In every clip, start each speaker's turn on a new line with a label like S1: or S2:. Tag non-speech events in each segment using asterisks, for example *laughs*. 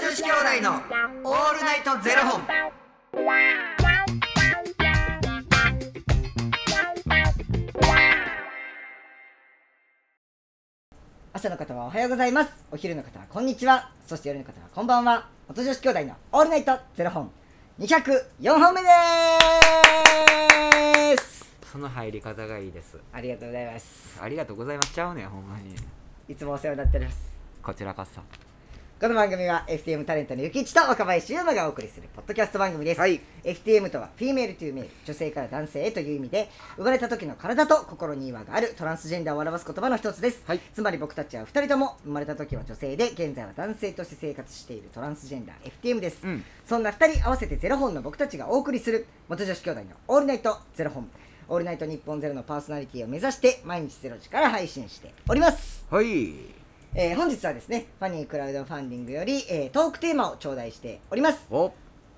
S1: 子兄弟のオールナイトゼロ本。
S2: 朝の方はおはようございますお昼の方はこんにちはそして夜の方はこんばんは元女子兄弟のオールナイトゼロ本204本目です
S1: その入り方がいいです。
S2: ありがとうございます
S1: ありがとうございます。ちゃうねん、ほんまに。
S2: いつもお世話になっております
S1: こちらこそ。
S2: この番組は FTM タレントのゆきいちと若林優馬がお送りするポッドキャスト番組です、
S1: はい。
S2: FTM とはフィメールというメール女性から男性へという意味で生まれた時の体と心に違和があるトランスジェンダーを表す言葉の一つです、
S1: はい
S2: つまり僕たちは2人とも生まれた時は女性で現在は男性として生活しているトランスジェンダー FTM です、
S1: うん。
S2: そんな2人合わせてゼロ本の僕たちがお送りする元女子兄弟の「オールナイトゼロ本」「オールナイト日本ゼロのパーソナリティを目指して毎日ゼロ時から配信しております
S1: はい。
S2: えー本日はですねファニークラウドファンディングより、えートークテーマを頂戴しております
S1: お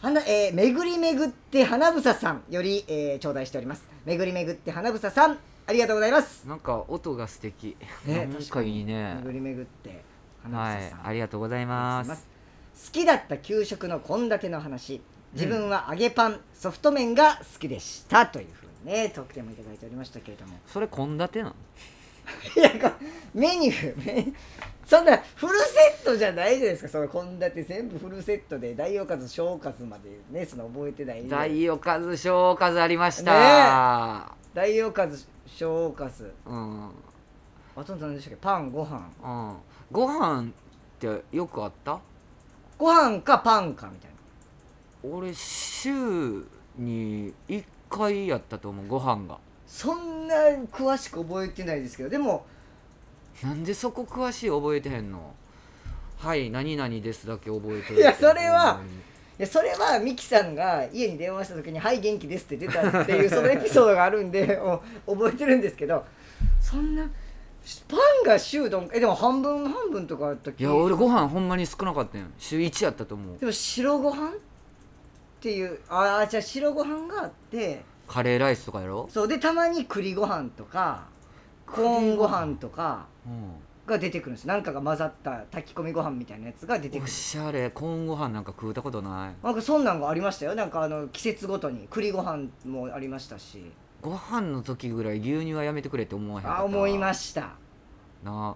S2: はな、えー、巡り巡って花房さんより、えー、頂戴しております。巡り巡って花房さん、ありがとうございます。
S1: なんか音が素敵。
S2: ね
S1: なんかいいね。
S2: 巡り巡って花
S1: は
S2: 房
S1: い
S2: さん、。
S1: ありがとうござい
S2: あ
S1: ま。
S2: りがとうございますす。好きだった給食の献立の話。自分は揚げパン、ソフト麺が好きでしたというふうにね、特典もいただいておりましたけれども。
S1: それ献立なの
S2: いや、こメニュー、メそんなフルセットじゃないじゃないですか、その献立全部フルセットで、大おかず、小おかずまでね、その覚えてない。
S1: 大おかず小おかずありました、
S2: 大おかず、小おかず。
S1: うんうん
S2: あと何でしたっけパンご飯
S1: ご飯ってよくあった
S2: ご飯かパンかみたいな
S1: 俺週に1回やったと思うご飯が
S2: そんな詳しく覚えてないですけどでも
S1: なんでそこ詳しい覚えてへんのはい何々ですだけ覚えてる
S2: いやそれはいやそれはミキさんが家に電話した時に「はい元気です」って出たっていうそのエピソードがあるん
S1: *laughs*
S2: でお覚えてるんですけどそんなパンが週どんえでも半分半分とかあったっ
S1: い
S2: け
S1: や俺ご飯ほんまに少なかったんや週1やったと思う
S2: でも白ご飯っていうああじゃあ白ご飯があって
S1: カレーライスとかやろ、
S2: そうでたまに栗ご飯とかコーンご飯とか
S1: う
S2: が出てくるんですなんかが混ざった炊き込みご飯みたいなやつが出て
S1: ん、
S2: く
S1: お
S2: る
S1: しゃれコーンご飯なんか食うたことない
S2: なんかそんなんがありましたよなんかあの季節ごとに栗ご飯もありましたし
S1: ご飯の時ぐらい牛乳はやめてくれって思わへんかった
S2: あ思いま
S1: し
S2: した
S1: な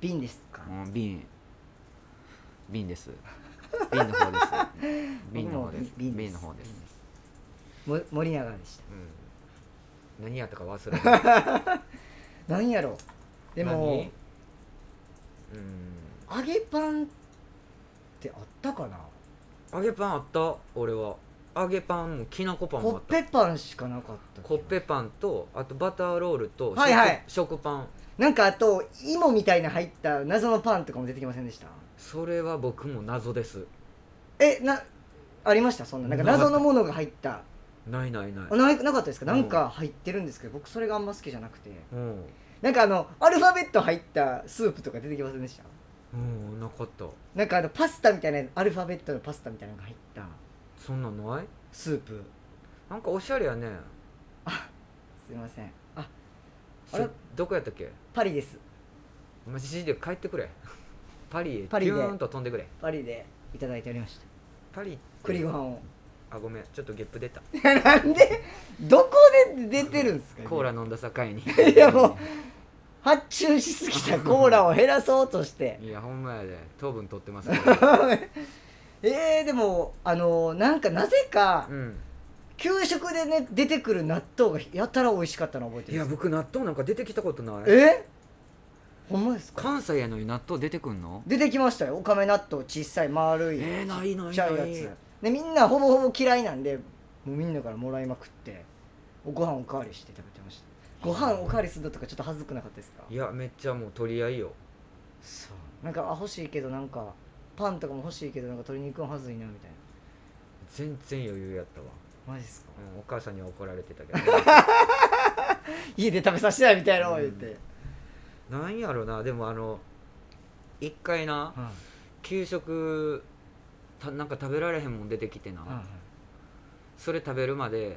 S2: 瓶ですか、
S1: うん、瓶瓶です瓶の
S2: *laughs*
S1: 方です瓶の方です
S2: 僕も瓶
S1: 瓶の方です、
S2: も森永でした
S1: うん、何やったか忘れた
S2: 何やろうでも
S1: う
S2: 揚げパンってあったかなん
S1: 揚げパンあった俺は揚げパンもきなこパンも
S2: コ
S1: あ
S2: ッ
S1: った
S2: ペパンしかなかった
S1: コッペパンとあとバターロールと食,、
S2: はいはい
S1: 食パン
S2: なんかあと芋みたいな入った謎のパンとかも出てきませんでした
S1: それは僕も謎です
S2: えなありましたそんななんか謎のものが入った
S1: ないないない
S2: あななかったですか
S1: うん
S2: なんか入ってるんですけど僕それがあんま好きじゃなくて
S1: うん、
S2: なんかあのアルファベット入ったスープとか出てきませんでした
S1: うん、なかった
S2: なんかあのパスタみたいなアルファベットのパスタみたいなのが入った
S1: そんなんない
S2: スープ
S1: なんかおしゃれやね
S2: すいませんあ
S1: そ
S2: あれ
S1: どこやったっけ
S2: パリです
S1: マジで帰ってくれ *laughs* パリへ
S2: パリで
S1: ピューンと飛んでくれ
S2: パリでいただいておりました
S1: パリって
S2: 栗ご飯を
S1: あごめんちょっとゲップ出た
S2: なんでどこで出てるんですか、
S1: コーラ飲んだ境に
S2: *laughs* いやも発注しすぎたコーラを減らそうとして
S1: いやほんまやで糖分取ってますけど
S2: *laughs* えー、でもあのなんかなぜか *laughs*
S1: うん
S2: 給食でね出てくる納豆がやたら美味しかったの覚えて
S1: い
S2: る
S1: や僕納豆なんか出てきたことない
S2: えほんまですか
S1: 関西やのに納豆出てくんの
S2: 出てきましたよおかめ納豆小さい丸いち
S1: えー、ないない
S2: っちゃい
S1: な
S2: や
S1: い
S2: つでみんなほぼほぼ嫌いなんでもうみんなからもらいまくってご飯おかわりして食べてましたご飯おかわりするのとかちょっと恥ずくなかったですか
S1: いやめっちゃもう取り合いよ
S2: そうなんかあ欲しいけどなんかパンとかも欲しいけどなんか鶏肉ははずいなみたい
S1: 全然余裕やったわ、
S2: なマジですか
S1: うん、お母さんには怒られてたけ
S2: *laughs* 家で食べさせてないみたいなのを言って、
S1: うんどなんやろなでもあの一回
S2: は
S1: な
S2: い
S1: 給食たなんか食べられへんもん出てきてな、
S2: はいはい
S1: それ食べるまで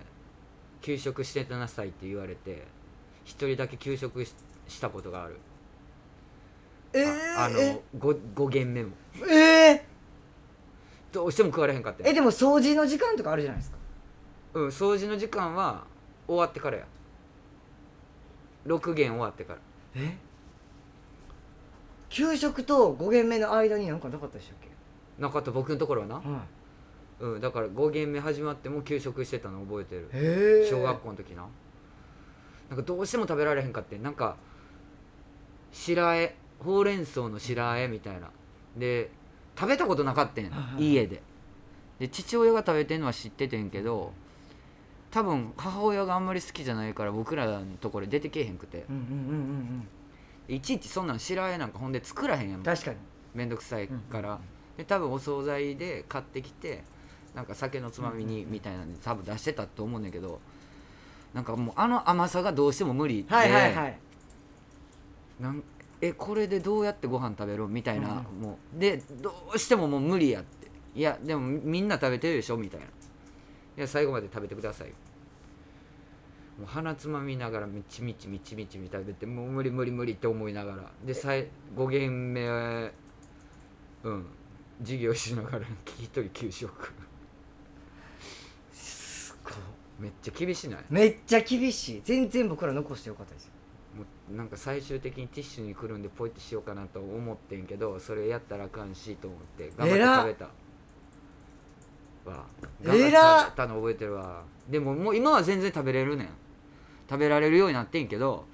S1: 給食してたなさいって言われて一人だけ給食ししたことがある
S2: え
S1: あ
S2: ー、
S1: あの 5, 五軒目も
S2: えー、
S1: どうしても食われへんかって
S2: え
S1: ん
S2: でも掃除の時間とかあるじゃないですか
S1: うん掃除の時間は終わってからや6限終わってから
S2: え給食と5限目の間になんかなかったでしたっけ
S1: なかった僕のところはな、
S2: はい
S1: うん、だから5限目始まっても給食してたの覚えてる
S2: へえ
S1: 小学校の時ななんかどうしても食べられへんかってんなんか白あえほうれん草の白あえみたいなで食べたことなかったん
S2: はいはい
S1: 家でで父親が食べてんのは知っててんけど多分母親があんまり好きじゃないから僕らのところで出てけえへんくて
S2: うんうんうんうん
S1: いちいちそんなん白あえなんかほんで作らへんや
S2: うんん確かに
S1: めんどくさいから、
S2: うんうん
S1: で多分お惣菜で買ってきてなんか酒のつまみにみたいなんで多分出してたと思うんだけどなんかもうあの甘さがどうしても無理で、
S2: はいはいはい、
S1: なんえこれでどうやってご飯食べろみたいな、
S2: う
S1: もうでどうしてももう無理やっていやでもみんな食べてるでしょみたいないや最後まで食べてくださいもう鼻つまみながらみちみちみちみちみち食べてもう無理無理無理って思いながらで最5軒目うん授業しながら一人給食
S2: すごい
S1: めっちゃ厳しない
S2: めっちゃ厳しい全然僕ら残してよかったですよ
S1: もうなんか最終的にティッシュにくるんでポイってしようかなと思ってんけどそれやったらあかんしと思って頑張って食べたわ頑張
S2: え
S1: って
S2: らっ
S1: 食べたの覚えてるわでももう今は全然食べれるねん食べられるようになってんけど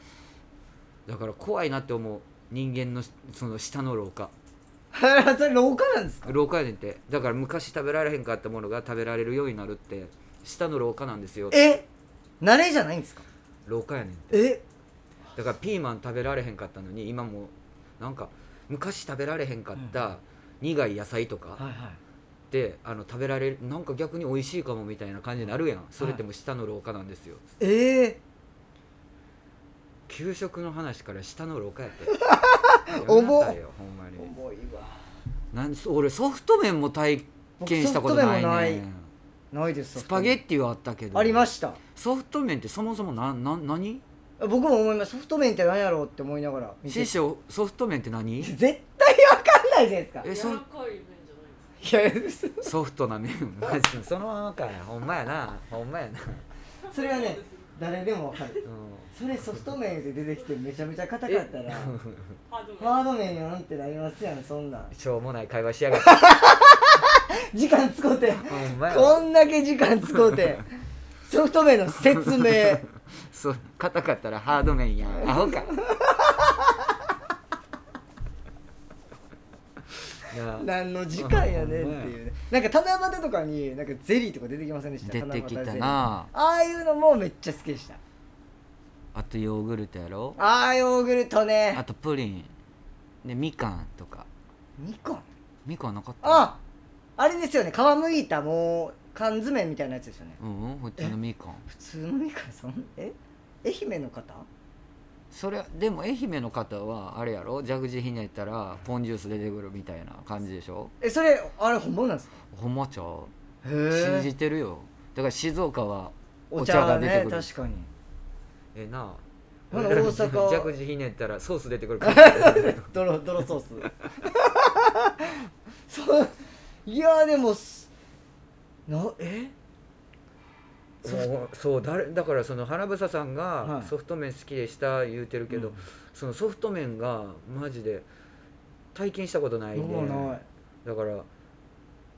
S1: だから怖いなって思う人間のその下の廊下
S2: *laughs* それ廊下なんですか
S1: 廊下やねんってだから昔食べられへんかったものが食べられるようになるって下の廊下なんですよ
S2: え慣れじゃないんですか
S1: 廊下やねん
S2: え
S1: だからピーマン食べられへんかったのに今もうなんか昔食べられへんかった苦い野菜とか
S2: はいはい
S1: で、あの食べられるなんか逆に美味しいかもみたいな感じになるやんそれってもう下の廊下なんですよ、
S2: ええ
S1: 給食の話から下の廊下やって
S2: *laughs* 重っ
S1: やめなさいよほんまに
S2: 重いわ
S1: なんそ俺ソフト麺も体験したことない
S2: 僕ソフト
S1: ね
S2: 麺も
S1: ん
S2: ないです
S1: スパゲ
S2: テ
S1: ッティはあったけど
S2: ありました
S1: ソフト麺ってそもそもなな何
S2: 僕も思いますソフト麺って何やろうって思いながら見て
S1: 師匠ソフト麺って何
S2: 絶対わかんないじゃないですか
S1: え
S3: 柔
S1: そ
S3: ら
S1: う
S3: かい麺じゃないんですか
S2: いや嘘
S1: ソフトな麺マジでそのままかいほんまやなほんまやな
S2: それはね誰でもわかる
S1: うん
S2: それソフト麺で出てきてめちゃめちゃ硬かったら
S3: ハードが
S2: ハード麺やんってなりますやんそんなん
S1: しょうもない会話しやがって
S2: 時間使うて
S1: ほんまや
S2: こんだけ時間使う
S1: *laughs*
S2: てソフト麺の説明
S1: そう硬かったらハード面やんアホかなあ
S2: 何の時間やねんっていうねなんか七夕とかになんかゼリーとか出てきませんでした
S1: 出てき
S2: 七夕
S1: た
S2: ゼリーあ
S1: な
S2: あいうのもめっちゃ好きでした
S1: あとヨーグルトやろ
S2: ああヨーグルト
S1: あ
S2: ね
S1: とプリンでみかんとか
S2: 2個
S1: みかんなかった
S2: ああれですよね皮むいたもう缶詰みたいなやつですよね
S1: うんうん普通のみかん
S2: 普通のみかんさんえ愛媛の方
S1: それでも愛媛の方はあれやろ蛇口ひねったらポンジュース出てくるみたいな感じでしょ
S2: えそれあれ本物なんですか
S1: ほんまちゃう信
S2: へ
S1: じてるよだから静岡は
S2: お茶が
S1: お茶が出
S2: ね
S1: てくる
S2: 確かに
S1: えなあ
S2: ほな大阪は
S1: 弱ひねったらソース出てくるから
S2: *laughs* 泥泥ソース *laughs* そういやでもすなえソフ
S1: もうそう誰だからその花房さん
S2: は
S1: が
S2: い
S1: ソフト麺好きでした言うてるけど、
S2: うん
S1: そのソフト麺がマジで体験したことないんで
S2: もうない
S1: だから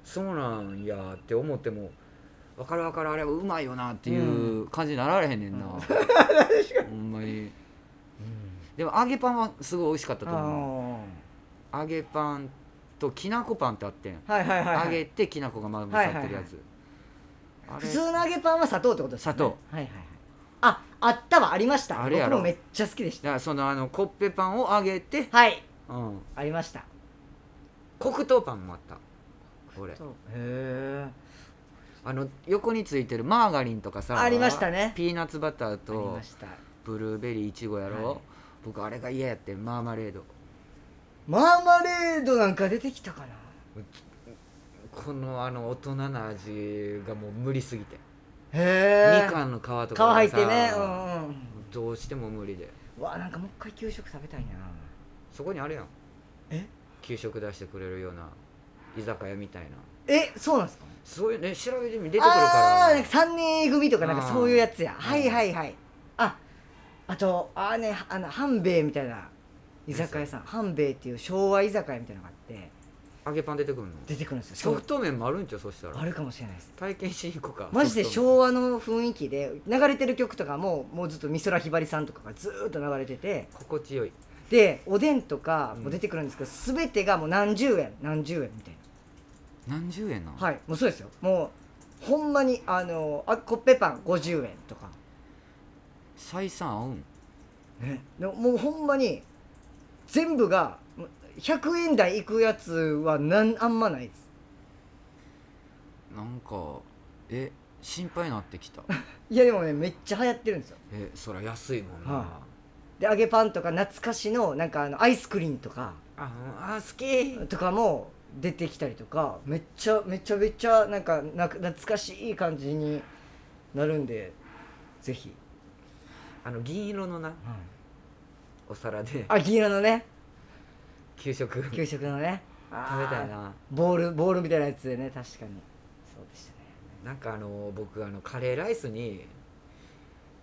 S1: そうなんやって思っても分かる分かるあれはうまいよなっていう感じになられへん
S2: *laughs*
S1: ねんな、
S2: うん
S1: ほんまに、でも揚げパンはすごい美味しかったと思う
S2: あ
S1: 揚げパンときなこパンってあってん
S2: ーはいはいはい、
S1: 揚
S2: は
S1: げ
S2: い、
S1: てきな粉がまぶさってるやつ、あれ
S2: 普通の揚げパンは砂糖ってことですよね
S1: 砂糖
S2: はいはいはいああったわありました
S1: あれやろ
S2: 僕もめっちゃ好きでし
S1: だ
S2: た
S1: からそのあのコッペパンを揚げて、
S2: はい
S1: うん、
S2: ありました
S1: 黒糖パンもあった俺
S2: そうへ
S1: あの横についてるマーガリンとかさ
S2: ありましたね
S1: ピーナッツバター
S2: えあり
S1: と
S2: ました
S1: ブルーベリーいちごやろ、
S2: はい
S1: 僕あれが嫌やってんマーマレード
S2: マーマレードなんか出てきたかな
S1: このあの大人な味がもう無理すぎて、
S2: へえ
S1: みかんの皮とかが
S2: 皮
S1: さ
S2: 入ってねうんうん
S1: どうしても無理で
S2: うんわあなんかもう一回給食食べたいな
S1: そこにあるやん
S2: え
S1: 給食出してくれるような居酒屋みたいな
S2: えそうなんですか
S1: そういうね調べてみ出てくる
S2: あ
S1: か
S2: あー
S1: ら
S2: なんか三年組とかなんかそういうやつや
S1: ん
S2: はいはいはいああとあーねあの半兵衛みたいな居酒屋さん半兵衛っていう昭和居酒屋みたいなのがあって
S1: 揚げパン出てくるの
S2: 出てくるんですよ
S1: ソフト麺もあるんちゃうそした
S2: あ
S1: ら
S2: るかもしれないです
S1: 体験しに行こうか
S2: マジで
S1: ソフト麺
S2: 昭和の雰囲気で流れてる曲とかももうずっと美空ひばりさんとかがずーっと流れてて
S1: 心地よい
S2: でおでんとかも出てくるんですけど、全てがもう何十円何十円みたい
S1: 何十円なの
S2: なはいもうそうですよもうほんまにあのあコッペパン50円とか
S1: 採算合うん
S2: ね、でももうほんまに全部がもう100円台いくやつはなんあんまないです
S1: なんかえ心配なって
S2: *laughs*
S1: きた
S2: いやでもねめっちゃ流行ってるんですよ
S1: えそりゃ安いもんな、
S2: はで揚げパンとか懐かしのなんかあのアイスクリーンとか
S1: あうんあ好き
S2: とかも出てきたりとかめっちゃめちゃめちゃなんかな懐かしい感じになるんでぜひ、
S1: あの銀色のなお皿で
S2: あ銀色のね
S1: 給食食
S2: 給食のね
S1: べたい
S2: あ
S1: な
S2: ーボールボールみたいなやつでね確かにそうでしたね
S1: なんかあの僕あのカレーライスに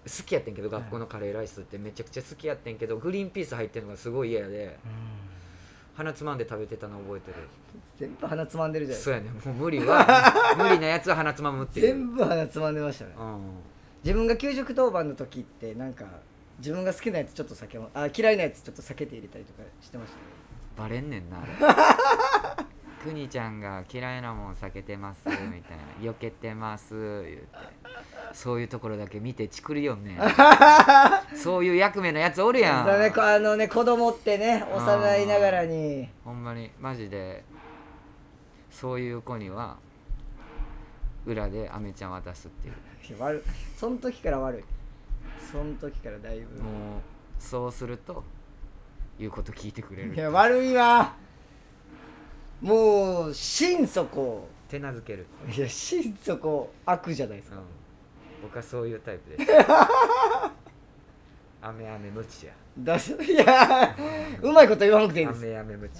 S1: 好きやってんけど学校のカレーライスってめちゃくちゃ好きやってんけどグリーンピース入ってるのがすごい嫌で鼻つまんで食べてたの覚えてる
S2: 全部鼻つまんでるじゃないですか
S1: そうやねもう無
S2: *laughs*
S1: 理は無理なやつは鼻つまむっていう
S2: 全部鼻つまんでましたね
S1: うん
S2: 自分が給食当番の時ってなんか自分が好きなやつちょっと避けもあ嫌いなやつちょっと避けて入れたりとかしてましたね
S1: バレんねん
S2: *laughs*
S1: なあれくにちゃんが嫌いなもん避けてますみたいな避けてます言ってそういうところだけ見てチクるよ
S2: *laughs*
S1: んねそういう役目のやつおるやん
S2: だねこあのね子供ってね幼いながらに
S1: ほんまにマジでそういう子には裏でアメちゃん渡すっていう
S2: *laughs* 悪いその時から悪いその時からだいぶ
S1: もうそうすると言うこと聞いてくれる
S2: いや悪いわもう心底
S1: 手なずける、
S2: いや心底悪じゃないです
S1: う
S2: か、
S1: ん、僕はそういうタイプ
S2: *laughs*
S1: ですアメアメ無知や
S2: だすい
S1: *laughs*
S2: やうまいこと言わなくていいん
S1: ア
S2: です
S1: メアメ無知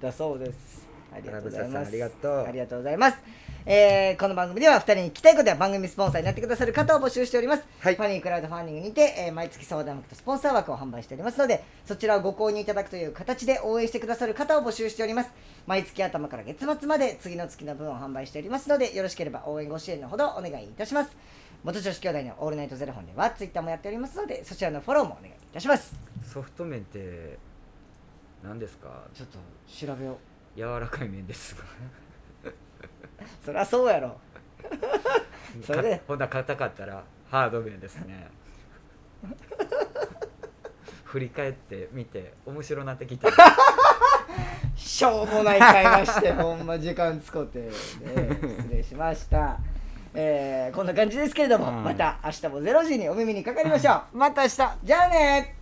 S2: だそうです。ありがとうございます。
S1: 田臥さんありがとう
S2: ありがとうございます。えーこの番組では2人に聞きたいことや番組スポンサーになってくださる方を募集しております、
S1: はい
S2: ファニークラウドファンディングにて、えー毎月相談枠とスポンサー枠を販売しておりますのでそちらをご購入いただくという形で応援してくださる方を募集しております毎月頭から月末まで次の月の分を販売しておりますのでよろしければ応援ご支援のほどお願いいたします元女子兄弟のオールナイトゼロ本ではツイッターもやっておりますのでそちらのフォローもお願いいたします
S1: ソフト麺って何ですか
S2: ちょっと調べよう
S1: 柔らかい麺ですが
S2: そりゃそうやろそれで
S1: かほんなら硬かったらハード面です
S2: *laughs*
S1: ね振り返ってみて面白なってきた
S2: しょうもない会話して *laughs* ほんま時間使って、ね、失礼しました、えーこんな感じですけれども、
S1: うん
S2: また明日も0時にお耳にかかりましょう
S1: また明日
S2: じゃあね